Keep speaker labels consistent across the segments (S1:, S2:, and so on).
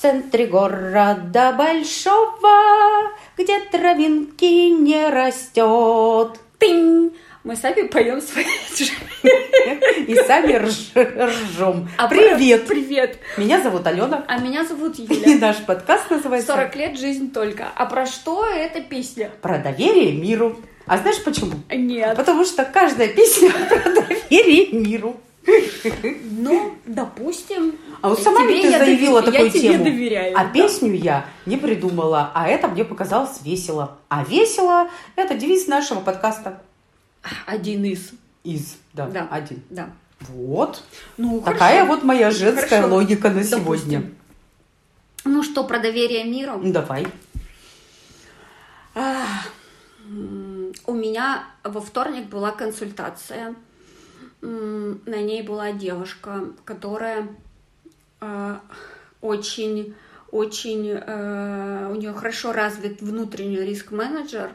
S1: центре города большого, где травинки не растет.
S2: Тынь! Мы сами поем свои
S1: И сами рж- ржем.
S2: А
S1: Привет!
S2: про- Привет!
S1: Меня зовут Алена.
S2: А меня зовут
S1: И
S2: Юля.
S1: наш подкаст называется
S2: 40 лет жизнь только. А про что эта песня?
S1: «Про доверие миру». А знаешь почему?
S2: Нет.
S1: Потому что каждая песня про доверие миру.
S2: Ну, допустим.
S1: А вот сама
S2: тебе
S1: ведь ты
S2: я
S1: заявила
S2: доверяю,
S1: такую
S2: Я тебе
S1: тему.
S2: доверяю.
S1: А песню я не придумала, а это мне показалось весело. А весело – это девиз нашего подкаста.
S2: Один из.
S1: Из, да,
S2: Да.
S1: один.
S2: Да.
S1: Вот.
S2: Ну,
S1: Такая
S2: хорошо.
S1: вот моя женская
S2: Хорошо.
S1: логика на
S2: Допустим.
S1: сегодня.
S2: Ну что, про доверие миру?
S1: Ну, Давай.
S2: Ах, м, У меня во вторник была консультация. М, На ней была девушка, которая э, очень, очень, э, у нее хорошо развит внутренний риск-менеджер.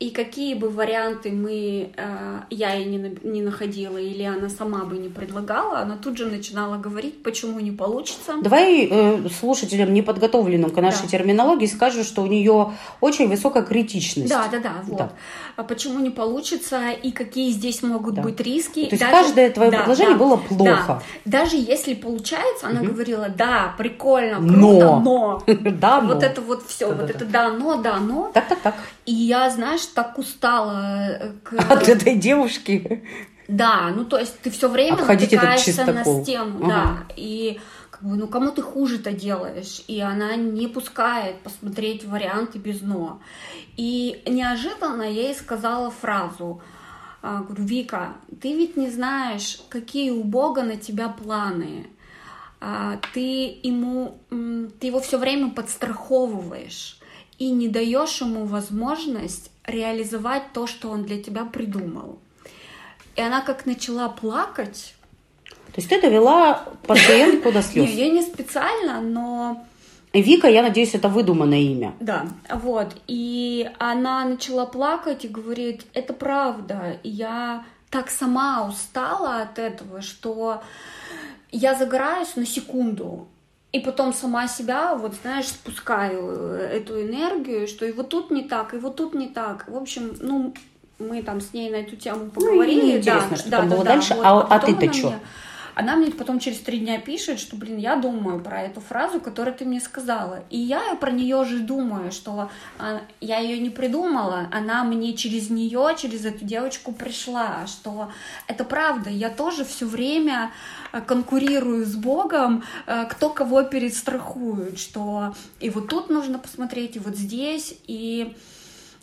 S2: И какие бы варианты мы, э, я ей не, на- не находила или она сама бы не предлагала, она тут же начинала говорить, почему не получится.
S1: Давай э, слушателям, неподготовленным к нашей
S2: Да.
S1: терминологии, скажу, что у нее очень высокая критичность.
S2: Да, да, да, вот.
S1: Да.
S2: А почему не получится и какие здесь могут
S1: Да.
S2: быть риски?
S1: То есть
S2: Даже-
S1: каждое твое
S2: Да,
S1: предложение
S2: да,
S1: было
S2: да.
S1: плохо.
S2: Даже если получается, она
S1: Мгм.
S2: говорила, да, прикольно,
S1: Но.
S2: круто, но. А
S1: Да,
S2: Вот
S1: но.
S2: это вот все,
S1: Да-да-да.
S2: вот это да, но, да, но.
S1: Так, так, так.
S2: И я, знаешь, так устала. э, к-
S1: От этой девушки.
S2: Да, ну то есть ты все время
S1: Обходить этот
S2: натыкаешься на
S1: чистокол.
S2: стену,
S1: Ага.
S2: да. И как бы, ну кому ты хуже-то делаешь? И она не пускает посмотреть варианты без но. И неожиданно я ей сказала фразу. а, Говорю, Вика, ты ведь не знаешь, какие у Бога на тебя планы. А, Ты ему, м, ты его все время подстраховываешь и не даешь ему возможность реализовать то, что он для тебя придумал. И она как начала плакать.
S1: То есть ты довела пациентку до
S2: Не,
S1: слез.
S2: я не специально, но
S1: И Вика, я надеюсь, это выдуманное имя.
S2: да, вот. И она начала плакать и говорит, это правда, я так сама устала от этого, что я загораюсь на секунду, и потом сама себя, вот знаешь, спускаю э, эту энергию, что и вот тут не так, и вот тут не так. В общем, ну, мы там с ней на эту тему поговорили.
S1: ей Ну, интересно, что там было дальше. А- а
S2: потом
S1: ты-то
S2: она
S1: чё?
S2: мне- Она мне потом через три дня пишет, что, блин, я думаю про эту фразу, которую ты мне сказала. И я про нее же думаю, что а, я ее не придумала, она мне через нее, через эту девочку пришла, что это правда, я тоже все время э, конкурирую с Богом, э, кто кого перестрахует, что и вот тут нужно посмотреть, и вот здесь, и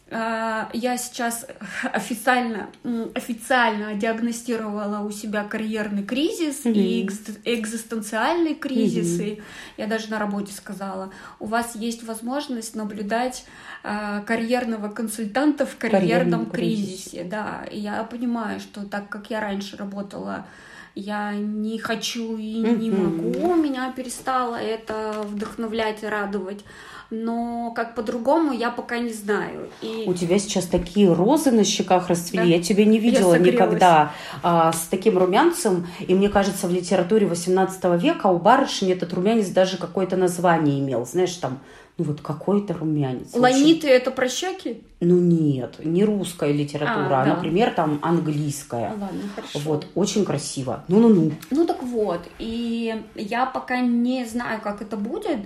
S2: э, я сейчас официально, м, официально диагностировала у себя карьерный кризис и
S1: Мгм.
S2: экз- экзистенциальный кризис, и я даже на работе сказала, у вас есть возможность наблюдать э, карьерного консультанта в
S1: карьерном
S2: карьерном
S1: кризисе.
S2: кризисе, да, и я понимаю, что так как я раньше работала, я не хочу и не
S1: Мгм.
S2: могу, меня перестало это вдохновлять и радовать, но как по-другому я пока не знаю. И
S1: У тебя сейчас такие розы на щеках расцвели.
S2: Да.
S1: Я тебя не видела
S2: согрелась.
S1: никогда а, с таким румянцем. И мне кажется, в литературе 18 века у барышни этот румянец даже какое-то название имел. Знаешь, там, ну вот какой-то румянец. Очень-
S2: ланиты это про щеки?
S1: Ну нет, не русская литература, а,
S2: А, да.
S1: например, там английская.
S2: Ладно, хорошо.
S1: Вот, очень красиво. Ну-ну-ну.
S2: Ну так вот, и я пока не знаю, как это будет,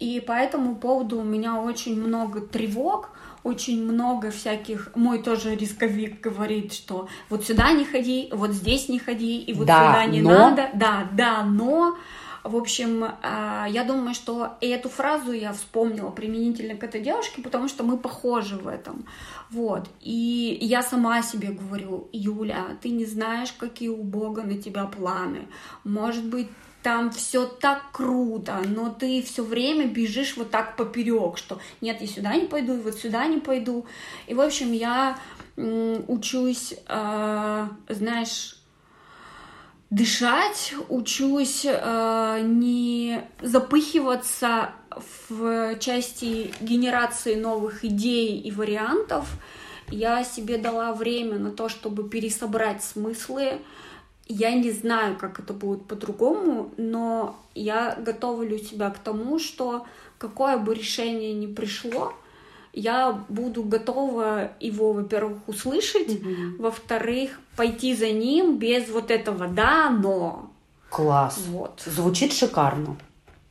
S2: и по этому поводу у меня очень много тревог, очень много всяких... Мой тоже рисковик говорит, что вот сюда не ходи, вот здесь не ходи, и вот
S1: Да,
S2: сюда не
S1: но.
S2: надо. Да, да, но... В общем, а, я думаю, что и эту фразу я вспомнила применительно к этой девушке, потому что мы похожи в этом. Вот. И я сама себе говорю, Юля, ты не знаешь, какие у Бога на тебя планы. Может быть, там все так круто, но ты все время бежишь вот так поперек, что нет, я сюда не пойду, и вот сюда не пойду. И, в общем, я м, учусь, э, знаешь, дышать, учусь э, не запыхиваться в части генерации новых идей и вариантов. Я себе дала время на то, чтобы пересобрать смыслы Я не знаю, как это будет по-другому, но я готовлю себя к тому, что какое бы решение ни пришло, я буду готова его, во-первых, услышать,
S1: Мгм.
S2: во-вторых, пойти за ним без вот этого «да, но».
S1: Класс.
S2: Вот,
S1: Звучит шикарно.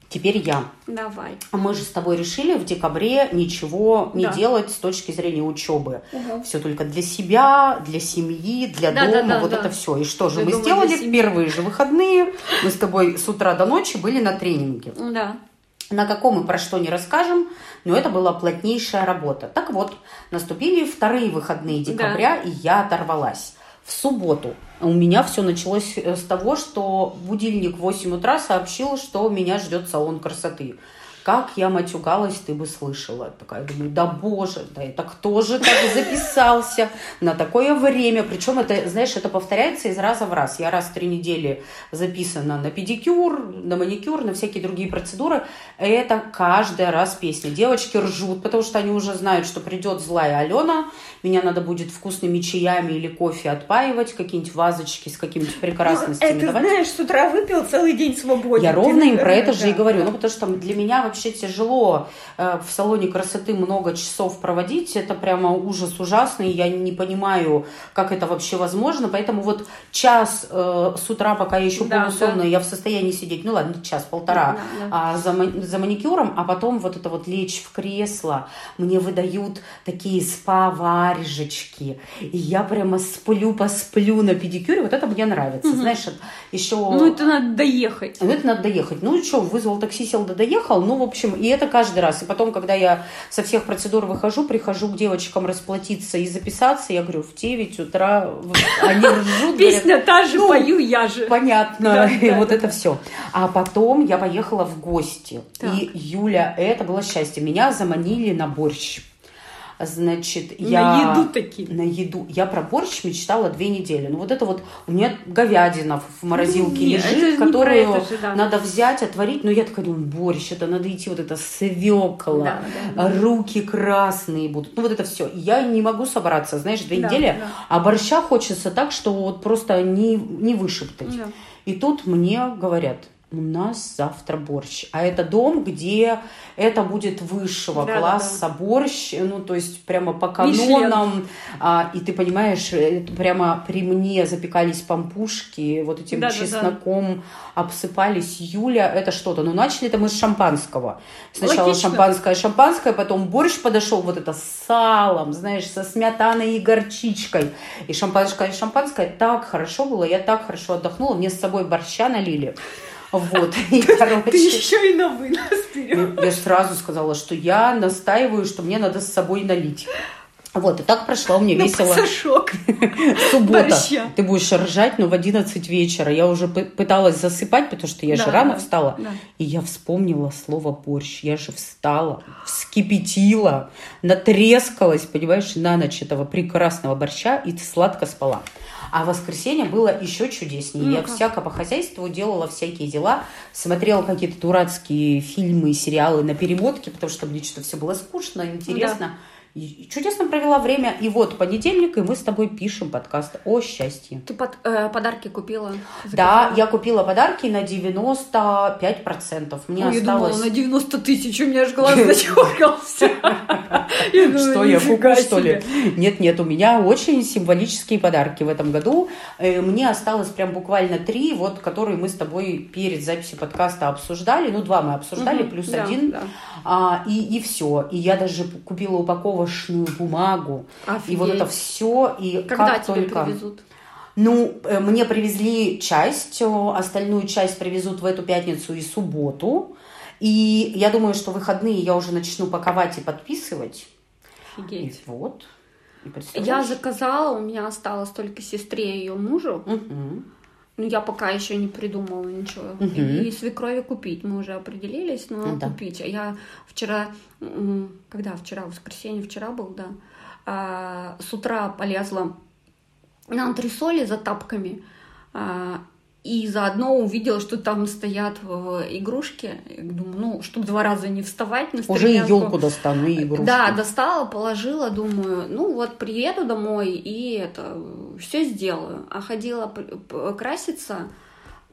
S1: Теперь я.
S2: давай.
S1: А Мы же с тобой решили в декабре ничего не
S2: Да.
S1: делать с точки зрения учебы. Все ну, только для себя, для семьи, для
S2: Да, да,
S1: дома,
S2: да,
S1: вот
S2: да.
S1: это все. И что же
S2: Для
S1: мы
S2: дома,
S1: сделали
S2: для
S1: в
S2: семьи.
S1: первые же выходные? Мы с тобой с утра до ночи были на тренинге.
S2: Ну Да.
S1: На каком и про что не расскажем, но это была плотнейшая работа. Так вот, наступили вторые выходные декабря, и я оторвалась. В субботу у меня все началось э, с того, что будильник в 8 утра сообщил, что меня ждет салон красоты. Как я матюгалась, ты бы слышала. Такая думаю, да боже, да это кто же так записался на такое время? Причем это, знаешь, это повторяется из раза в раз. Я раз в три недели записана на педикюр, на маникюр, на всякие другие процедуры. Это каждый раз песня. Девочки ржут, потому что они уже знают, что придет злая Алена, меня надо будет вкусными чаями или кофе отпаивать, какие-нибудь вазочки с какими-нибудь прекрасностями
S2: Ну, Это,
S1: давать.
S2: знаешь, с утра выпил, целый день свободен.
S1: Я
S2: Ты,
S1: ровно им про
S2: наверное,
S1: это же и
S2: да.
S1: говорю. Ну, потому что для меня вообще тяжело э, в салоне красоты много часов проводить. Это прямо ужас ужасный. Я не понимаю, как это вообще возможно. Поэтому вот час э, с утра, пока я еще
S2: Да,
S1: полусонная, я в состоянии сидеть. Ну, ладно, час-полтора.
S2: Да, да.
S1: а, за, мани- за маникюром, а потом вот это вот лечь в кресло, мне выдают такие спа-варежечки. И я прямо сплю-посплю на педикюре. Вот это мне нравится.
S2: Мгм.
S1: Знаешь, это еще...
S2: Ну, это надо доехать.
S1: Ну, это надо доехать. Ну, что, вызвал такси, сел, да доехал. Ну, в общем, и это каждый раз. И потом, когда я со всех процедур выхожу, прихожу к девочкам расплатиться и записаться, я говорю, в 9 утра вот, они ржут. говорят,
S2: Песня та же,
S1: ну,
S2: пою я же.
S1: Понятно,
S2: Да,
S1: и
S2: да,
S1: вот
S2: да,
S1: это все. А потом я поехала в гости.
S2: Так.
S1: И Юля, это было счастье. Меня заманили на борщ. Значит, я...
S2: На еду такие.
S1: На еду. Я про борщ мечтала две недели. Ну вот это вот у меня говядина в морозилке
S2: Не, это же не
S1: лежит,
S2: про
S1: которую
S2: это же, да.
S1: надо взять, отварить. Но я такая думаю, борщ, это надо идти вот это свекла. А
S2: Да, да.
S1: Руки красные будут. Ну вот это все. Я не могу собраться, знаешь, две
S2: Да,
S1: недели.
S2: да.
S1: А борща хочется так, что вот просто не, не вышептать.
S2: Да.
S1: И тут мне говорят, у нас завтра борщ. А это дом, где это будет высшего
S2: Да, да,
S1: класса борщ, ну, то есть прямо по
S2: Мишлен.
S1: канонам. А, и ты понимаешь, это прямо при мне запекались пампушки, вот этим
S2: Да, да, да.
S1: чесноком обсыпались. Юля, это что-то. Ну, начали это мы с шампанского. Сначала
S2: Логично.
S1: шампанское, шампанское, потом борщ подошел вот это с салом, знаешь, со сметаной и горчичкой. И шампанское, и шампанское так хорошо было, я так хорошо отдохнула, мне с собой борща налили. Вот, и,
S2: Ты
S1: короче,
S2: еще и на вынос вперед.
S1: я сразу сказала, что я настаиваю, что мне надо с собой налить. Вот, и так прошла у меня
S2: На
S1: весело.
S2: пасашок.
S1: Суббота.
S2: Ну, Борща.
S1: Ты будешь ржать, но в 11 вечера. Я уже пы- пыталась засыпать, потому что я же
S2: Да,
S1: рано
S2: да,
S1: встала.
S2: да.
S1: И я вспомнила слово борщ. Я же встала, вскипятила, натрескалась, понимаешь, на ночь этого прекрасного борща и сладко спала. А воскресенье было еще чудеснее. Я
S2: Ну-ка.
S1: всяко по хозяйству делала всякие дела, смотрела какие-то дурацкие фильмы и сериалы на перемотке, потому что мне что-то все было скучно, интересно. И Чудесно провела время. И вот понедельник, и мы с тобой пишем подкаст о счастье.
S2: Ты под- э, подарки купила?
S1: Да, я купила подарки на 95%. Мне
S2: Ну, я
S1: осталось...
S2: думала, на 90 тысяч, у меня аж глаз зачеркался. Я думаю,
S1: Что я
S2: Ну, «Нифига
S1: куплю, что ли?
S2: себе».
S1: Нет, нет, у меня очень символические подарки в этом году. Э, Мне осталось прям буквально три, вот которые мы с тобой перед записью подкаста обсуждали. Ну, два мы обсуждали,
S2: Мгм,
S1: плюс
S2: да,
S1: один.
S2: да.
S1: А, и, и все. И я даже купила упаковочную бумагу. И вот это
S2: Офигеть.
S1: все. И
S2: Когда
S1: как
S2: тебе
S1: только...
S2: привезут?
S1: Ну, э, мне привезли часть, э, остальную часть привезут в эту пятницу и субботу. И я думаю, что выходные я уже начну паковать и подписывать. И
S2: Офигеть.
S1: вот. И представляешь?
S2: Я заказала, у меня осталось только сестре и ее мужу.
S1: Мгм.
S2: Ну, я пока еще не придумала ничего.
S1: Мгм.
S2: И свекрови купить. Мы уже определились, но
S1: Ну да.
S2: купить. А я вчера, м, когда вчера, воскресенье вчера был, да, а, с утра полезла на антресоли за тапками. а, И заодно увидела, что там стоят э, игрушки. Думаю, ну, чтобы два раза не вставать на
S1: Уже и
S2: стрелянку.
S1: елку достану, и игрушку.
S2: Да, достала, положила, думаю, ну вот приеду домой и это все сделаю. А ходила п- п- краситься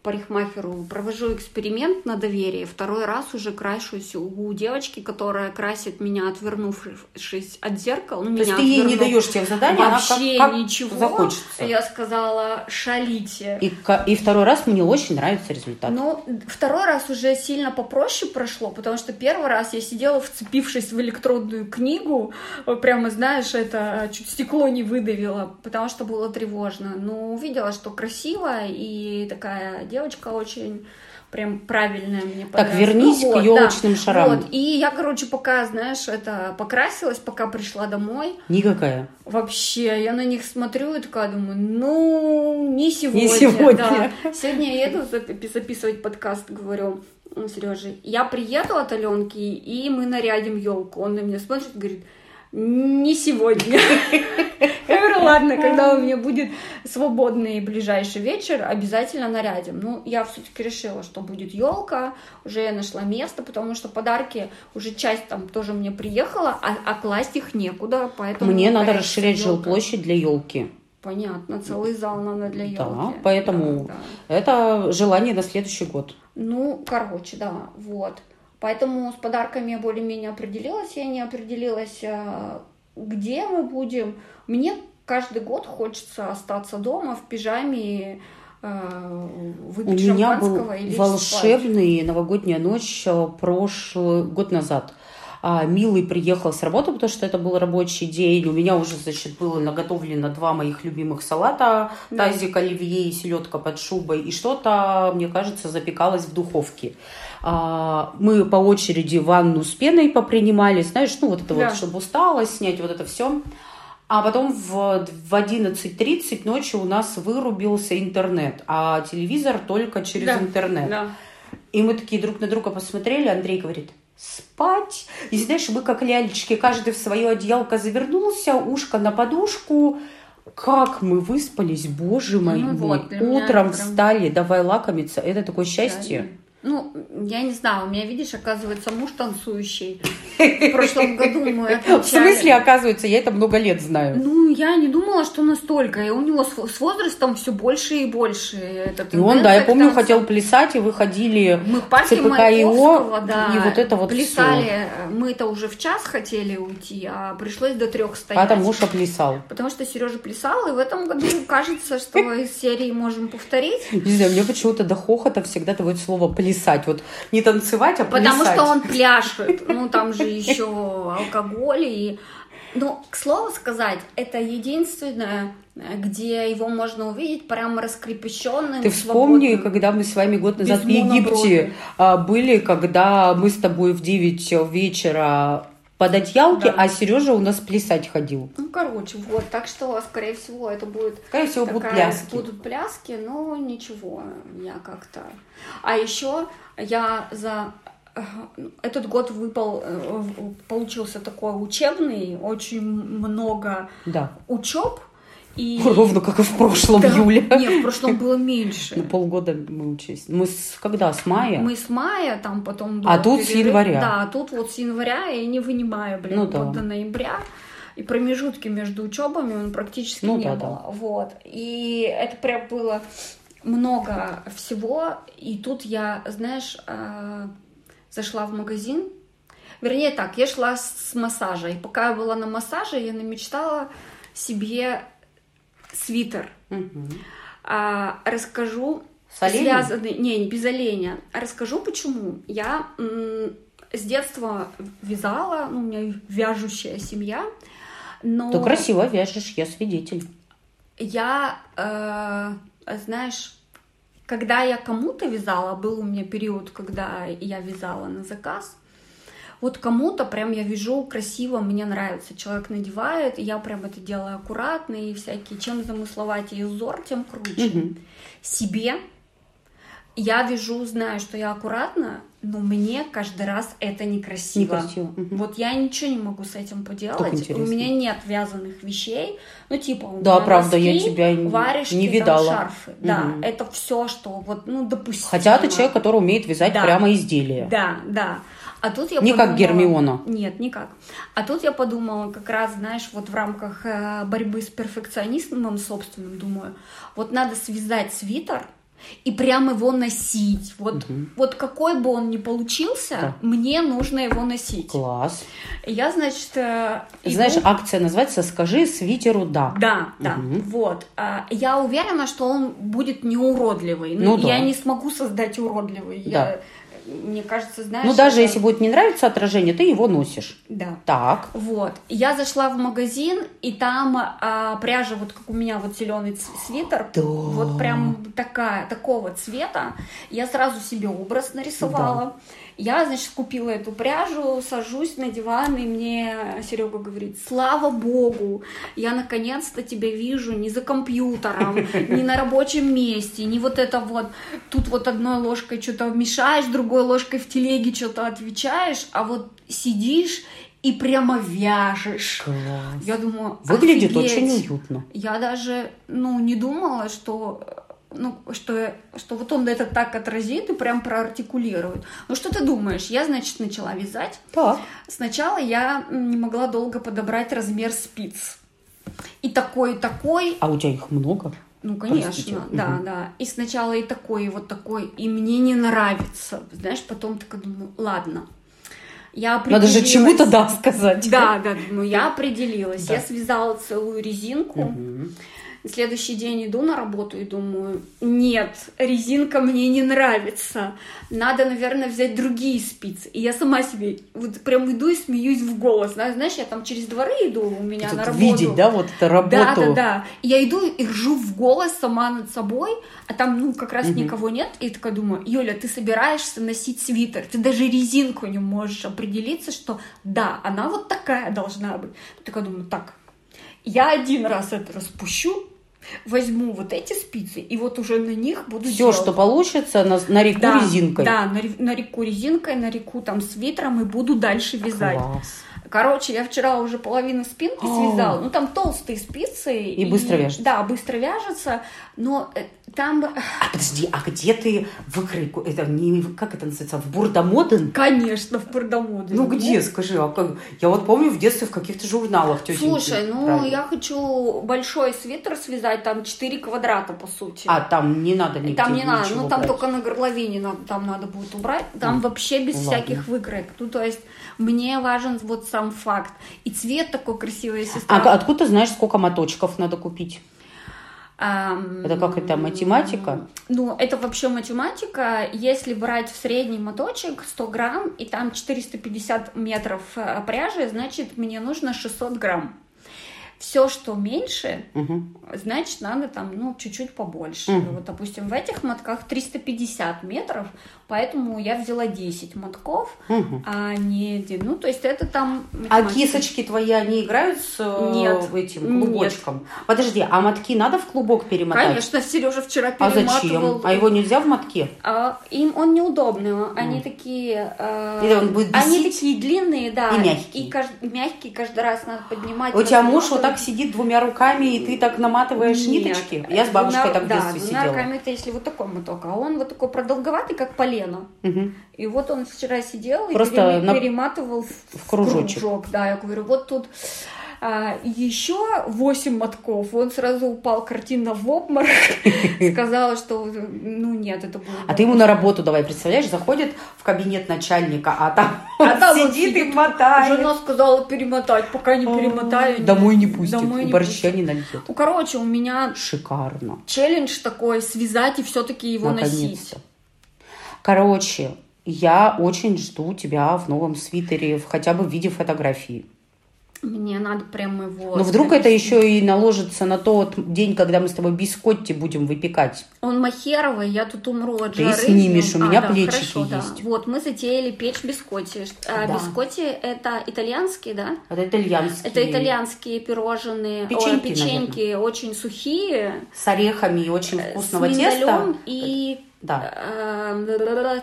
S2: парикмахеру, провожу эксперимент на доверие. Второй раз уже крашусь у девочки, которая красит меня, отвернувшись от зеркала. Ну,
S1: То есть
S2: меня
S1: ты ей не
S2: отвернув.
S1: даешь тех заданий, она как,
S2: Вообще
S1: как
S2: ничего.
S1: захочется.
S2: Я сказала, шалите.
S1: И, ка- и второй раз мне очень нравится результат.
S2: Ну, второй раз уже сильно попроще прошло, потому что первый раз я сидела, вцепившись в электронную книгу, э, прямо, знаешь, это э, чуть стекло не выдавило, потому что было тревожно. Но увидела, что красиво, и такая девочка очень прям правильная мне
S1: так,
S2: понравилась.
S1: вернись
S2: Ну
S1: к
S2: вот, да.
S1: елочным шарам.
S2: Вот, и я, короче, пока, знаешь, это покрасилась, пока пришла домой,
S1: Никакая.
S2: Вообще, я на них смотрю и такая думаю, ну, не сегодня.
S1: сегодня.
S2: да. Сегодня я еду запи- записывать подкаст, говорю Сереже, я приеду от Аленки, и мы нарядим елку. Он на меня смотрит и говорит, не сегодня. Я говорю, ладно, когда у меня будет свободный ближайший вечер, обязательно нарядим. Ну, я все-таки решила, что будет елка, уже я нашла место, потому что подарки уже часть там тоже мне приехала, а, а класть их некуда, поэтому...
S1: Мне надо
S2: конечно,
S1: расширять
S2: ёлка.
S1: жилплощадь для елки.
S2: Понятно, целый зал надо для елки.
S1: Да, поэтому- Это желание на следующий год.
S2: Ну, короче, да, вот. Поэтому с подарками я более-менее определилась. Я не определилась, а, где мы будем. Мне каждый год хочется остаться дома в пижаме, а,
S1: У
S2: выпить
S1: меня был
S2: шампанского и лечь спать.
S1: волшебный новогодняя ночь э, прошлый год назад. А, Милый приехал с работы, потому что это был рабочий день. У меня уже, значит, было наготовлено два моих любимых салата.
S2: Да.
S1: Тазик оливье и селедка под шубой. И что-то, мне кажется, запекалось в духовке. А, Мы по очереди ванну с пеной попринимали. Знаешь, ну вот это
S2: Да.
S1: вот, чтобы усталость снять, вот это все. А потом в, в 11.30 ночи у нас вырубился интернет, а телевизор только через
S2: Да,
S1: интернет.
S2: Да.
S1: И мы такие друг на друга посмотрели, Андрей говорит, спать. И знаешь, мы как лялечки, каждый в свое одеялко завернулся, ушко на подушку. Как мы выспались, боже мой.
S2: Ну
S1: мой.
S2: вот, для меня
S1: Утром
S2: прям-
S1: встали, давай лакомиться. Это такое счастье.
S2: Ну, я не знаю, у меня, видишь, оказывается, муж танцующий. В прошлом году мы
S1: В
S2: отмечали-
S1: смысле, оказывается, я это много лет знаю.
S2: Ну, я не думала, что настолько. И у него с, с возрастом все больше и больше. эта
S1: И он, да,
S2: тенденция
S1: я
S2: к
S1: помню,
S2: танцам.
S1: хотел плясать, и вы ходили
S2: Мы в парке
S1: ЦПК
S2: Маяковского,
S1: ИО,
S2: да,
S1: и вот это вот
S2: плясали. Мы это уже в час хотели уйти, а пришлось до трех стоять.
S1: а там муж оплясал.
S2: Потому что Сережа плясал, и в этом году кажется, что из серии можем повторить.
S1: Не знаю, мне почему-то до хохота всегда доводит слово плясать. Вот не танцевать, а плясать.
S2: Потому что он пляшет. Ну, там же еще алкоголь и... Ну, к слову сказать, это единственное, где его можно увидеть прямо раскрепещенным,
S1: Ты вспомни,
S2: свободным.
S1: когда мы с вами год
S2: Без
S1: назад в Египте
S2: моноброви.
S1: а, были, когда мы с тобой в 9 вечера под одеялки,
S2: Да.
S1: а Сережа у нас плясать ходил.
S2: Ну, короче, вот. Так что, скорее всего, это будет
S1: Скорее всего, будут
S2: такая-
S1: пляски.
S2: будут пляски, но ничего, я как-то. А еще я за э, этот год выпал, э, в- получился такой учебный, очень много
S1: Да.
S2: учеб и
S1: Ровно как и в прошлом
S2: Да,
S1: июле.
S2: Нет, в прошлом было
S1: На
S2: меньше.
S1: полгода мы учились. Мы с когда? С мая?
S2: Мы с мая там потом...
S1: А
S2: был
S1: тут с
S2: перерыв.
S1: января.
S2: Да, тут вот с января и не вынимаю, блин,
S1: Ну да.
S2: вот до ноября. И промежутки между учебами он практически
S1: Ну
S2: не
S1: да, да.
S2: было. Вот. И это прям было много всего. И тут я, знаешь, э, зашла в магазин. Вернее так, я шла с с массажа. И пока я была на массаже, я намечтала себе свитер.
S1: Мгм.
S2: А, расскажу
S1: С оленем?
S2: связанный, не, не без оленя. А Расскажу почему. Я м, с детства вязала, ну, у меня вяжущая семья, но
S1: Ты красиво вяжешь, я свидетель.
S2: я, э, знаешь, когда я кому-то вязала, был у меня период, когда я вязала на заказ. Вот кому-то прям я вяжу красиво, мне нравится. Человек надевает, и я прям это делаю аккуратно и всякие. Чем замысловатее узор, тем круче
S1: Мгм.
S2: себе Я вижу, знаю, что я аккуратно, но мне каждый раз это некрасиво.
S1: Некрасиво, мгм.
S2: Вот я ничего не могу с этим
S1: Как
S2: поделать.
S1: интересно.
S2: У меня нет вязаных вещей. Ну, типа, у
S1: Да,
S2: меня
S1: правда, я
S2: носки,
S1: тебя не-
S2: варежки,
S1: не
S2: там
S1: видала.
S2: шарфы. Да,
S1: Мгм.
S2: это все, что вот, ну, допустим.
S1: Хотя ты человек, который умеет вязать
S2: Да.
S1: прямо изделия.
S2: Да, да. А тут я
S1: Не как
S2: подумала-
S1: Гермиона.
S2: Нет, никак. А тут я подумала, как раз, знаешь, вот в рамках э, борьбы с перфекционизмом собственным, думаю, вот надо связать свитер и прям его носить. Вот, вот какой бы он ни получился,
S1: Да.
S2: мне нужно его носить.
S1: Класс.
S2: И Я, значит, э, иду-
S1: Знаешь, акция называется «Скажи свитеру да».
S2: да, да,
S1: Мгм.
S2: вот. А, Я уверена, что он будет неуродливый.
S1: Ну да.
S2: я не смогу создать уродливый.
S1: Да.
S2: Я- мне кажется, знаешь...
S1: Ну, даже
S2: это-
S1: если будет не нравиться отражение, ты его носишь.
S2: Да.
S1: Так.
S2: Вот. Я зашла в магазин, и там а, пряжа, вот как у меня вот зеленый ц- свитер,
S1: Да.
S2: вот прям такая, такого цвета. Я сразу себе образ нарисовала. Я, значит, купила эту пряжу, сажусь на диван, и мне Серега говорит, слава богу, я наконец-то тебя вижу не за компьютером, не на рабочем месте, не вот это вот, тут вот одной ложкой что-то мешаешь, другой ложкой в телеге что-то отвечаешь, а вот сидишь и прямо вяжешь.
S1: Класс.
S2: Я думаю,
S1: Выглядит
S2: офигеть.
S1: очень уютно.
S2: Я даже, ну, не думала, что э, ну, что, я- что вот он это так отразит и прям проартикулирует. Ну, что ты думаешь? Я, значит, начала вязать.
S1: Так.
S2: Сначала я м, не могла долго подобрать размер спиц. И такой, и такой,
S1: А у тебя их много?
S2: ну, конечно,
S1: Простите.
S2: да,
S1: Мгм.
S2: да. И сначала и такой, и вот такой, и мне не нравится. Знаешь, потом так думаю, ладно. Я
S1: Надо же
S2: определилась.
S1: чему-то да сказать.
S2: Да, да, думаю, я определилась.
S1: Да.
S2: Я связала целую резинку.
S1: Мгм.
S2: На следующий день иду на работу и думаю, нет, резинка мне не нравится. Надо, наверное, взять другие спицы. И я сама себе вот прям иду и смеюсь в голос. Зна- Знаешь, я там через дворы иду, у меня
S1: Тут
S2: на работу.
S1: видеть, да, вот эту работу.
S2: Да, да, да. И Я иду и ржу в голос сама над собой, а там, ну, как раз
S1: Мгм.
S2: никого нет. И я такая думаю, Юля, ты собираешься носить свитер, ты даже резинку не можешь определиться, что да, она вот такая должна быть. Я такая думаю, так, я один раз это распущу, возьму вот эти спицы, и вот уже на них буду
S1: Все,
S2: делать.
S1: что получится, на, на реку
S2: да,
S1: резинкой.
S2: Да, на, ре- на реку резинкой, на реку там свитером и буду дальше вязать.
S1: Класс.
S2: Короче, я вчера уже половину спинки
S1: О.
S2: связала. Ну, там толстые спицы. И,
S1: быстро вяжется.
S2: Да, быстро вяжется. Но э, там... э,
S1: А подожди, а где ты выкройку? Это не как это называется? В Бурдамоден?
S2: Конечно, в Пардамоде.
S1: Ну где, скажи, а как? Я вот помню в детстве в каких-то журналах тетеньки
S2: Слушай, ну,
S1: брали.
S2: я хочу большой свитер связать, там 4 квадрата, по сути.
S1: А там не надо
S2: И
S1: нигде
S2: там не надо,
S1: ничего
S2: ну там
S1: брать.
S2: только на горловине надо, там надо будет убрать, там
S1: М,
S2: вообще без
S1: ладно.
S2: всяких выкроек. Ну то есть мне важен вот сам факт и цвет такой красивый, сестра.
S1: А к- откуда ты знаешь, сколько моточков надо купить?
S2: Ам,
S1: Это как это, математика?
S2: Ну, это вообще математика. Если брать в средний моточек 100 грамм, и там 450 метров э, пряжи, значит, мне нужно 600 грамм. Все, что меньше,
S1: Мгм.
S2: значит, надо там, ну, чуть-чуть побольше.
S1: Мгм.
S2: Вот, допустим, в этих мотках 350 метров, поэтому я взяла 10 мотков,
S1: Мгм.
S2: а не один. Ну, то есть это там...
S1: А
S2: математика.
S1: кисочки твои, они играют с э,
S2: Нет.
S1: этим клубочком? Подожди, а мотки надо в клубок перемотать?
S2: Конечно, Сережа вчера
S1: А
S2: перематывал.
S1: зачем? А его нельзя в мотке?
S2: А, им он неудобный, они такие, э,
S1: Или он будет
S2: они
S1: бесить?
S2: такие длинные, да,
S1: И мягкие.
S2: и кажд- мягкие, каждый раз надо поднимать.
S1: У тебя муж вот так
S2: разматывать.
S1: сидит двумя руками, и ты так наматываешь
S2: Нет.
S1: ниточки? Я с бабушкой
S2: Двумя-
S1: так в
S2: да,
S1: детстве
S2: двумя
S1: сидела.
S2: руками это если вот такой моток, а он вот такой продолговатый, как полено.
S1: Мгм.
S2: И вот он вчера сидел и
S1: Просто
S2: пере-
S1: на-
S2: перематывал в,
S1: в кружочек.
S2: кружок, Да, я говорю, вот тут а, еще 8 мотков. Он сразу упал картина в обморок. Сказала, что ну нет, это было...
S1: А ты ему на работу давай, представляешь, заходит в кабинет начальника, а там
S2: А там
S1: он
S2: он
S1: сидит и
S2: сидит.
S1: мотает.
S2: Жена сказала перемотать, пока не перемотаю.
S1: Домой не пустит,
S2: Домой не
S1: борща
S2: пустит.
S1: не нальет.
S2: Ну, короче, у меня
S1: Шикарно.
S2: челлендж такой связать и все-таки его носить.
S1: Наконец-то. Короче, я очень жду тебя в новом свитере, в- хотя бы в виде фотографии.
S2: Мне надо прям его.
S1: Но вдруг
S2: снять.
S1: это еще и наложится на тот день, когда мы с тобой бискотти будем выпекать.
S2: Он махеровый, я тут умру от
S1: Ты
S2: жары.
S1: снимешь, у
S2: Ну, а,
S1: меня
S2: да,
S1: плечики
S2: хорошо, да.
S1: есть.
S2: Вот мы затеяли печь бискотти. А,
S1: Да.
S2: Бискотти это итальянские, да?
S1: Это итальянский.
S2: Это итальянские пирожные,
S1: Печеньки,
S2: печеньки очень сухие,
S1: С орехами и очень
S2: э,
S1: вкусного
S2: с
S1: теста.
S2: миндалем и
S1: Да.
S2: Э,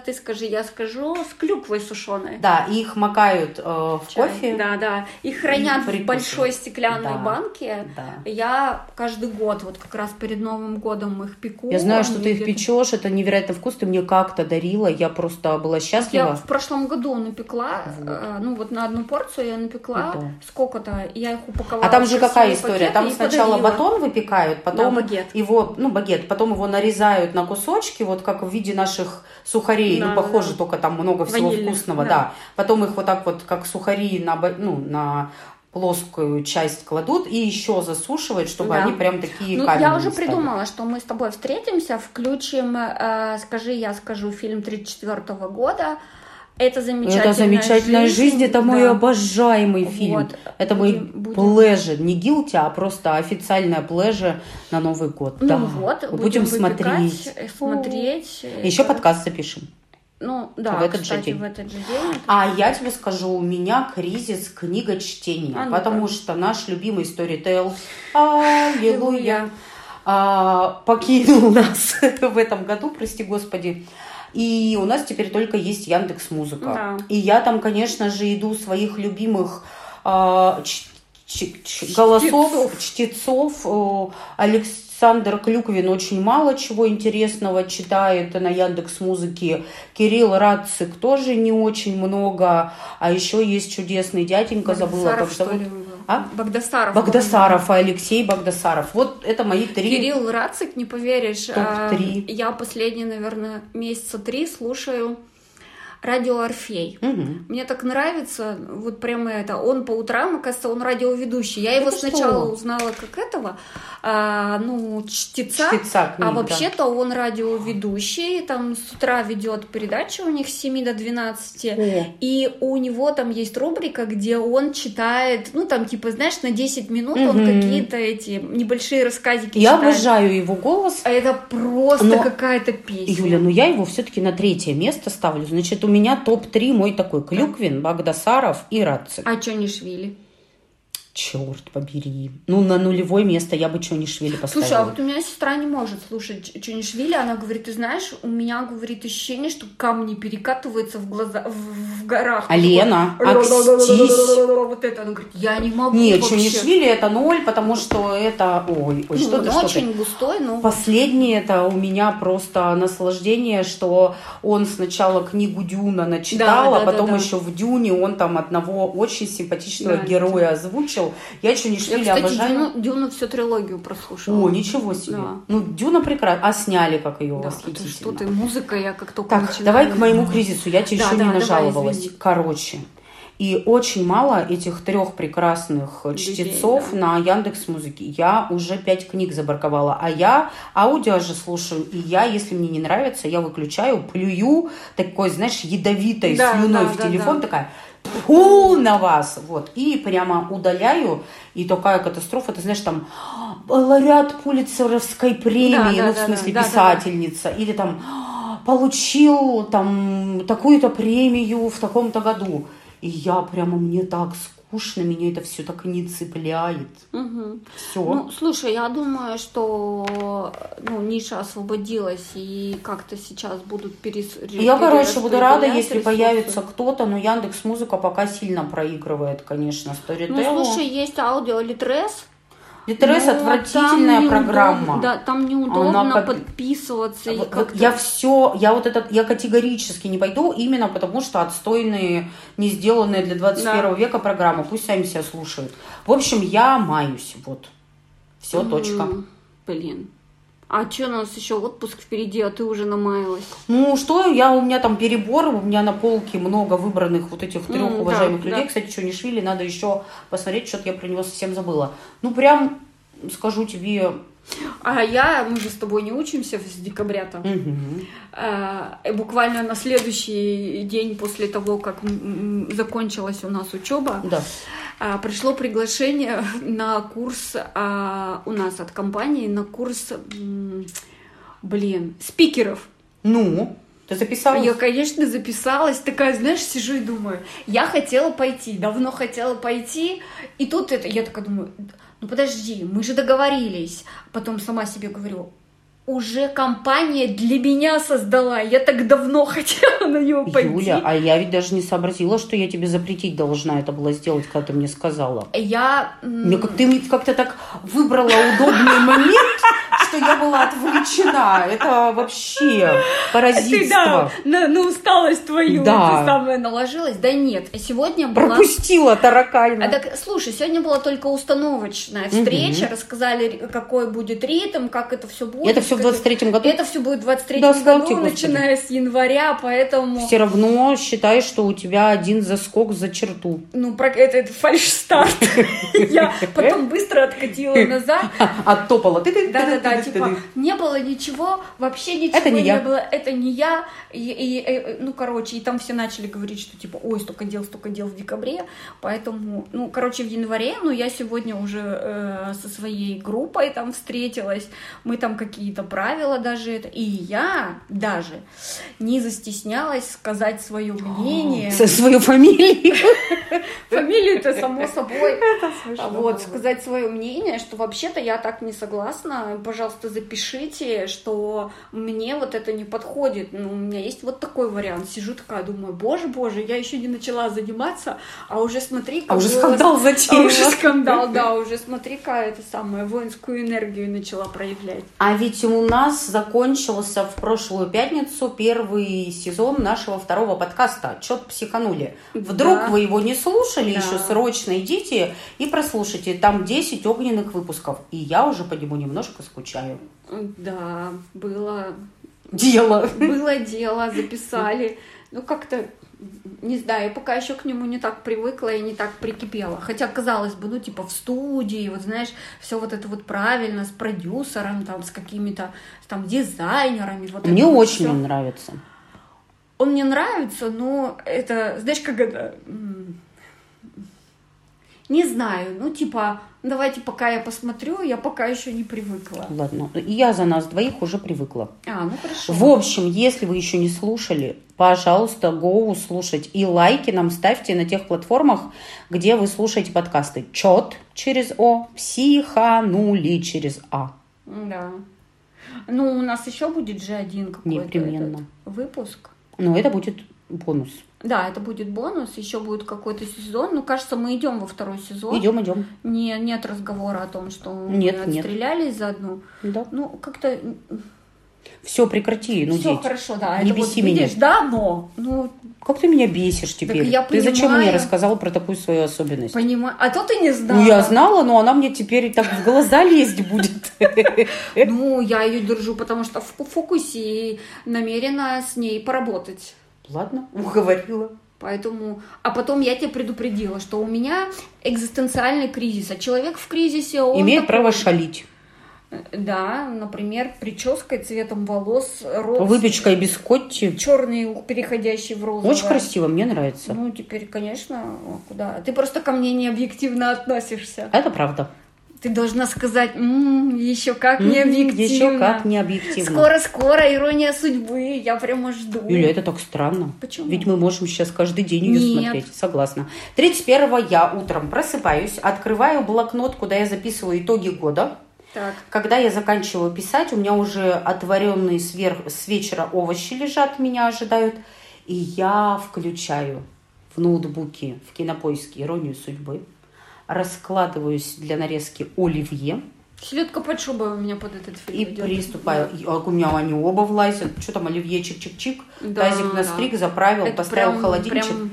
S2: Ты скажи, я скажу, с клюквой сушеной.
S1: Да, их макают э, в
S2: Чай.
S1: кофе.
S2: Да, да. И хранят в
S1: прикусывают.
S2: большой стеклянной
S1: Да.
S2: банке.
S1: Да.
S2: Я каждый год, вот как раз перед Новым годом их пеку.
S1: Я знаю, что
S2: Они
S1: ты их
S2: где-то-
S1: печешь, это невероятно вкусно. Ты мне как-то дарила, я просто была
S2: Я
S1: счастлива.
S2: в прошлом году напекла,
S1: Вот.
S2: э, ну вот на одну порцию я напекла
S1: Ну да.
S2: сколько-то, и я их упаковала.
S1: А там же
S2: в красивый
S1: какая история?
S2: пакет
S1: Там
S2: и
S1: сначала
S2: подарила.
S1: батон выпекают, потом
S2: Да, багет.
S1: его, ну, багет, потом его нарезают на кусочки, вот как в виде наших сухарей,
S2: Да,
S1: ну,
S2: да,
S1: похоже,
S2: да.
S1: только там много всего
S2: Ванильных,
S1: вкусного,
S2: да.
S1: да. Потом их вот так вот, как сухари на, ба- ну, на плоскую часть кладут и еще засушивают, чтобы
S2: Да.
S1: они прям такие
S2: Ну, я
S1: каменные
S2: уже
S1: стали.
S2: придумала, что мы с тобой встретимся, включим, э, скажи, я скажу, фильм 34 года. Это замечательная,
S1: Ну, Это замечательная жизнь, это мой
S2: да.
S1: обожаемый фильм.
S2: Вот.
S1: Это
S2: Будем-
S1: мой
S2: будем.
S1: плеже, не гилти, а просто официальное плеже на Новый год.
S2: Ну
S1: да.
S2: вот,
S1: Мы будем, смотреть.
S2: выпекать, э, смотреть.
S1: Еще
S2: Это-
S1: подкаст запишем.
S2: Ну да,
S1: в этот же
S2: кстати,
S1: день.
S2: в этот же день.
S1: А я тебе скажу, у меня кризис книга чтения,
S2: А ну-ка.
S1: потому что наш любимый Storytel, аллилуйя, а, покинул нас в этом году, прости господи. И у нас теперь только есть Яндекс Музыка.
S2: Да.
S1: И я там, конечно же, иду своих любимых а, ч- ч- ч- голосов, чтецов. Э, Александр Клюквин очень мало чего интересного читает а на Яндекс Музыке. Кирилл Рацик тоже не очень много. А еще есть чудесный дяденька, забыла,
S2: Багдасаров,
S1: как
S2: что
S1: зовут.
S2: ли, выбрал?
S1: А?
S2: Багдасаров.
S1: Багдасаров, Алексей Багдасаров. Вот это мои три.
S2: Кирилл Рацик, не поверишь. а,
S1: Топ-три.
S2: Я последние, наверное, месяца три слушаю радио Орфей.
S1: Мгм.
S2: Мне так нравится, вот прямо это. Он по утрам, оказывается, он радиоведущий. Я
S1: Да
S2: его
S1: ты
S2: сначала
S1: что?
S2: узнала как этого, а, ну, чтеца.
S1: Чтеца
S2: А
S1: книг, да.
S2: вообще-то он радиоведущий, там с утра ведет передачу у них с 7 до 12.
S1: О,
S2: И у него там есть рубрика, где он читает, ну там типа, знаешь, на 10 минут он
S1: Мгм.
S2: какие-то эти небольшие рассказики
S1: Я
S2: читает.
S1: обожаю его голос.
S2: А это просто
S1: Но-
S2: какая-то песня.
S1: Юля, ну я его все-таки на третье место ставлю. Значит, у меня топ-3 мой такой. Клюквин, Багдасаров и Рацик.
S2: А чё не швили?
S1: Черт побери. Ну, на нулевое место я бы Чонишвили поставила.
S2: Слушай, а вот у меня сестра не может слушать Чунишвили, она говорит, ты знаешь, у меня, говорит, ощущение, что камни перекатываются в глаза, в, в горах.
S1: А Лена,
S2: Вот
S1: окстись.
S2: Вот это, она говорит, я не могу
S1: Нет,
S2: вообще».
S1: Чунишвили это ноль, потому что это... Ой, ой, что
S2: Ну,
S1: ты,
S2: он
S1: что ты.
S2: очень густой, ну. но...
S1: Последнее это у меня просто наслаждение, что он сначала книгу Дюна начитал,
S2: Да,
S1: а
S2: да, да,
S1: потом
S2: да.
S1: еще в Дюне он там одного очень симпатичного
S2: Да,
S1: героя озвучил. Я
S2: Я,
S1: Чунишвили
S2: кстати,
S1: обожаю.
S2: Дюну, Дюну всю трилогию прослушала.
S1: О, ничего себе.
S2: Да.
S1: Ну, Дюна прекрасно. А сняли, как ее
S2: Да,
S1: восхитительно.
S2: это Что ты, музыка, я как только
S1: Так,
S2: начинаю.
S1: давай к моему кризису. Я тебе
S2: Да,
S1: еще
S2: да,
S1: не
S2: давай,
S1: нажаловалась.
S2: извини.
S1: Короче. И очень мало этих трех прекрасных
S2: Людей,
S1: чтецов
S2: да.
S1: на Яндекс Музыке. Я уже пять книг забарковала, а я аудио же слушаю. И я, если мне не нравится, я выключаю, плюю такой, знаешь, ядовитой
S2: Да,
S1: слюной
S2: да,
S1: в
S2: да,
S1: телефон,
S2: да.
S1: такая. Фу на вас! Вот. И прямо удаляю. И такая катастрофа. Ты знаешь, там «А, лауреат Пулицеровской премии,
S2: да,
S1: ну, в
S2: да,
S1: смысле,
S2: да, да, да.
S1: писательница. Или там «А, получил там такую-то премию в таком-то году. И я прямо, мне так скучно, меня это все так и не цепляет.
S2: Мгм.
S1: Все.
S2: Ну, слушай, я думаю, что ну, ниша освободилась, и как-то сейчас будут перес...
S1: я, короче, буду рада, если
S2: перераспределять
S1: появится
S2: ресурсы.
S1: кто-то, но Яндекс Музыка пока сильно проигрывает, конечно,
S2: Ну, слушай,
S1: Storytel.
S2: есть аудио Литрес.
S1: Литрес
S2: но там
S1: отвратительная
S2: неудоб-
S1: программа.
S2: Да, там неудобно
S1: Она как-
S2: подписываться. и
S1: Вот- вот
S2: как-то-
S1: Я все, я вот этот, я категорически не пойду, именно потому что отстойные, не сделанные для 21 века программы, пусть сами себя слушают. В общем, я маюсь, вот. Все,
S2: Мгм.
S1: точка.
S2: Блин. А что у нас еще отпуск впереди, а ты уже намаялась?
S1: Ну что, я, у меня там перебор, у меня на полке много выбранных вот этих трех
S2: М, да,
S1: уважаемых
S2: да.
S1: людей. Кстати, что не швили, надо еще посмотреть, что-то я про него совсем забыла. Ну прям, скажу тебе,
S2: А я, мы же с тобой не учимся с декабря там.
S1: мгм.
S2: Э, и Буквально на следующий день после того, как м, м, закончилась у нас учеба,
S1: да.
S2: э, пришло приглашение на курс а, у нас от компании на курс, м, блин, спикеров.
S1: Ну, ты записала?
S2: Я, конечно, записалась, такая, знаешь, сижу и думаю, я хотела пойти, давно хотела пойти, и тут это, я такая думаю, ну подожди, мы же договорились. Потом сама себе говорю, уже компания для меня создала. Я так давно хотела на него пойти.
S1: Юля, а я ведь даже не сообразила, что я тебе запретить должна это было сделать, когда ты мне сказала.
S2: Я...
S1: Мне как ты мне как-то так выбрала удобный момент, что я была отвлечена. Это вообще
S2: А Ты,
S1: паразитство.
S2: да, на, на усталость твою
S1: Да.
S2: ты самое наложилась. Да нет, сегодня была...
S1: Пропустила
S2: А
S1: таракань.
S2: так, слушай, сегодня была только установочная встреча, рассказали, какой будет ритм, как это все будет.
S1: Это все в
S2: как
S1: 23-м году.
S2: Это все будет в 23
S1: Да, слава
S2: году,
S1: тебе, Господи.
S2: начиная с января, поэтому...
S1: Все равно считай, что у тебя один заскок за черту.
S2: Ну, про... это, это фальш-старт. Я потом быстро откатила назад.
S1: Оттопала. Ты
S2: Да-да-да, типа, не было ничего, вообще ничего
S1: Это не я.
S2: было, это не я. И, и- и- ну, короче, и там все начали говорить, что типа, ой, столько дел, столько дел в декабре, поэтому, ну, короче, в январе, ну, я сегодня уже э, со своей группой там встретилась, мы там какие-то правила даже, это, и я даже не застеснялась сказать свое мнение.
S1: Со свою фамилию.
S2: Фамилию-то, само собой.
S1: смешно
S2: Вот,
S1: было.
S2: сказать свое мнение, что вообще-то я так не согласна. Пожалуйста, запишите, что мне вот это не подходит. Ну, у меня есть вот такой вариант. Сижу такая, думаю, боже, боже, я еще не начала заниматься, а уже смотри,
S1: А уже
S2: какой
S1: скандал
S2: А
S1: затеяла.
S2: уже скандал, да, уже смотри-ка это самое, воинскую энергию начала проявлять.
S1: А ведь у нас закончился в прошлую пятницу первый сезон нашего второго подкаста «Чет психанули». Вдруг
S2: Да.
S1: вы его не слушали,
S2: Да.
S1: еще срочно идите и прослушайте. Там 10 огненных выпусков. И я уже по нему немножко скучаю.
S2: Да, было
S1: Дело.
S2: было дело, записали. Ну, как-то, не знаю, я пока еще к нему не так привыкла и не так прикипела. Хотя, казалось бы, ну, типа в студии, вот знаешь, все вот это вот правильно, с продюсером, там, с какими-то там дизайнерами. Вот
S1: Мне
S2: это вот
S1: очень
S2: всё.
S1: он нравится.
S2: Он мне нравится, но это, знаешь, как это... м, Не знаю, ну, типа, давайте пока я посмотрю, я пока еще не привыкла.
S1: Ладно, я за нас двоих уже привыкла.
S2: А, ну хорошо.
S1: В общем, если вы еще не слушали, пожалуйста, гоу слушать. И лайки нам ставьте на тех платформах, где вы слушаете подкасты. Чет через О, психанули через А.
S2: Да. Ну, у нас еще будет же один какой-то
S1: Непременно.
S2: этот выпуск.
S1: Но это будет бонус.
S2: Да, это будет бонус, еще будет какой-то сезон. Ну, кажется, мы идем во второй сезон.
S1: Идем, идем.
S2: Не, нет разговора о том, что
S1: Нет,
S2: мы
S1: нет.
S2: отстрелялись за одну.
S1: Да.
S2: Ну, как-то
S1: Все, прекрати нудеть.
S2: все хорошо, да.
S1: ну, Не
S2: это вот
S1: беси меня.
S2: видишь, да, но. Ну,
S1: Как ты меня бесишь теперь?
S2: я
S1: ты зачем мне
S2: понимаю.
S1: рассказала про такую свою особенность?
S2: понимаю. А то ты не знала.
S1: Ну, я знала, но она мне теперь так в глаза лезть будет.
S2: Ну, я ее держу, потому что в фокусе и намерена с ней поработать.
S1: Ладно, уговорила.
S2: Поэтому, а потом я тебя предупредила, что у меня экзистенциальный кризис, а человек в кризисе, он...
S1: Имеет
S2: такой-
S1: право шалить.
S2: Да, например, прической, цветом волос, рост,
S1: Выпечка и бискотти.
S2: черный, переходящий в розовый.
S1: Очень красиво, мне нравится.
S2: Ну, теперь, конечно, куда? Ты просто ко мне необъективно относишься.
S1: Это правда.
S2: Ты должна сказать, еще как необъективно.
S1: Еще как необъективно.
S2: Скоро-скоро, ирония судьбы, я прямо жду.
S1: Юля, это так странно.
S2: Почему?
S1: Ведь мы можем сейчас каждый день ее
S2: Нет.
S1: смотреть. Согласна. 31 я утром просыпаюсь, открываю блокнот, куда я записываю итоги года.
S2: Так,
S1: Когда я заканчиваю писать, у меня уже отваренные сверх, с вечера овощи лежат, меня ожидают. И я включаю в ноутбуке, в кинопоиске «Иронию судьбы», раскладываюсь для нарезки оливье,
S2: селедка под шубой у меня под этот фильм
S1: И
S2: идет.
S1: приступаю. И, а, У меня они оба влазят. Что там, оливье чик-чик-чик.
S2: Да,
S1: тазик
S2: да.
S1: настриг, заправил,
S2: Это
S1: поставил
S2: прям-
S1: в холодильник.
S2: прям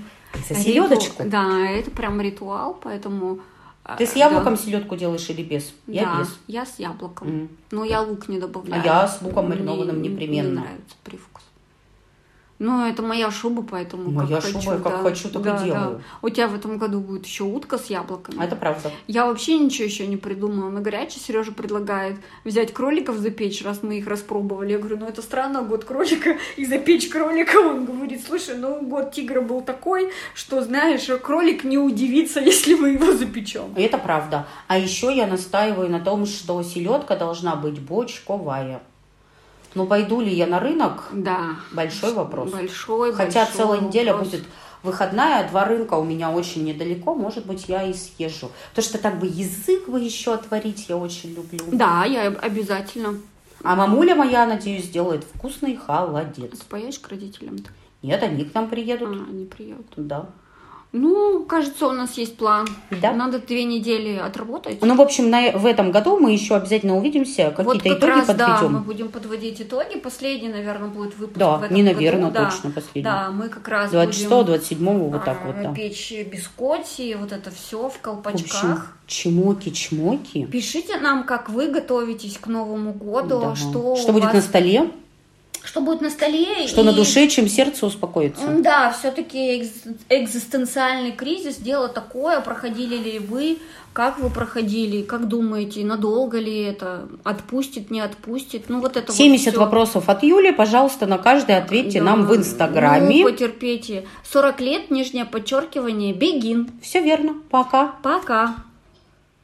S1: За селедочку.
S2: риту- Да, это прям ритуал, поэтому... а,
S1: Ты с яблоком селедку делаешь или без?
S2: да.
S1: Я
S2: да,
S1: без.
S2: я с яблоком.
S1: М.
S2: Но я лук не добавляю.
S1: А я с луком
S2: Мне
S1: маринованным непременно.
S2: Не нравится привкус. Ну, это моя шуба, поэтому
S1: Моя
S2: как
S1: шуба,
S2: хочу,
S1: я как
S2: да.
S1: хочу, так и
S2: Да, да.
S1: делаю. А
S2: У тебя в этом году будет еще утка с яблоками.
S1: Это правда.
S2: Я вообще ничего еще не придумала. На горячее Сережа предлагает взять кроликов запечь, раз мы их распробовали. Я говорю, ну это странно, год кролика и запечь кролика. Он говорит, слушай, ну год тигра был такой, что, знаешь, кролик не удивится, если мы его запечем.
S1: И Это правда. А еще я настаиваю на том, что селедка должна быть бочковая. Но пойду ли я на рынок?
S2: Да.
S1: Большой вопрос.
S2: Большой,
S1: Хотя
S2: большой
S1: целая неделя
S2: вопрос.
S1: будет выходная, два рынка у меня очень недалеко, может быть, я и съезжу. Потому что так бы язык бы еще отварить я очень люблю.
S2: Да, я обязательно.
S1: А мамуля моя, надеюсь, сделает вкусный холодец.
S2: Ты поедешь к родителям-то?
S1: Нет, они к нам
S2: А,
S1: приедут.
S2: они приедут.
S1: Да.
S2: Ну, кажется, у нас есть план.
S1: Да.
S2: Надо две недели отработать.
S1: Ну, в общем, на, в этом году мы еще обязательно увидимся, какие-то
S2: вот как
S1: итоги
S2: раз, да, мы
S1: подведем.
S2: будем подводить итоги. Последний, наверное, будет выпуск
S1: Да,
S2: в этом
S1: не наверное,
S2: году. Да.
S1: точно последний.
S2: Да, мы как раз
S1: 26
S2: будем
S1: 27 вот так
S2: а,
S1: вот, да.
S2: печь бискотти, вот это все в
S1: В общем,
S2: колпачках.
S1: чмоки-чмоки.
S2: Пишите нам, как вы готовитесь к Новому году,
S1: Да.
S2: что, у
S1: будет
S2: вас-
S1: на столе,
S2: что будет на столе.
S1: что
S2: и-
S1: на душе, чем сердце успокоится.
S2: М, Да, все-таки экзистенциальный кризис, дело такое, проходили ли вы, как вы проходили, как думаете, надолго ли это, отпустит, не отпустит, ну вот это вот
S1: 70
S2: всё.
S1: вопросов от Юли, пожалуйста, на каждый ответьте
S2: Да.
S1: нам в Инстаграме.
S2: Ну, потерпите. 40 лет, нижнее подчеркивание, бегин.
S1: Все верно, пока.
S2: Пока.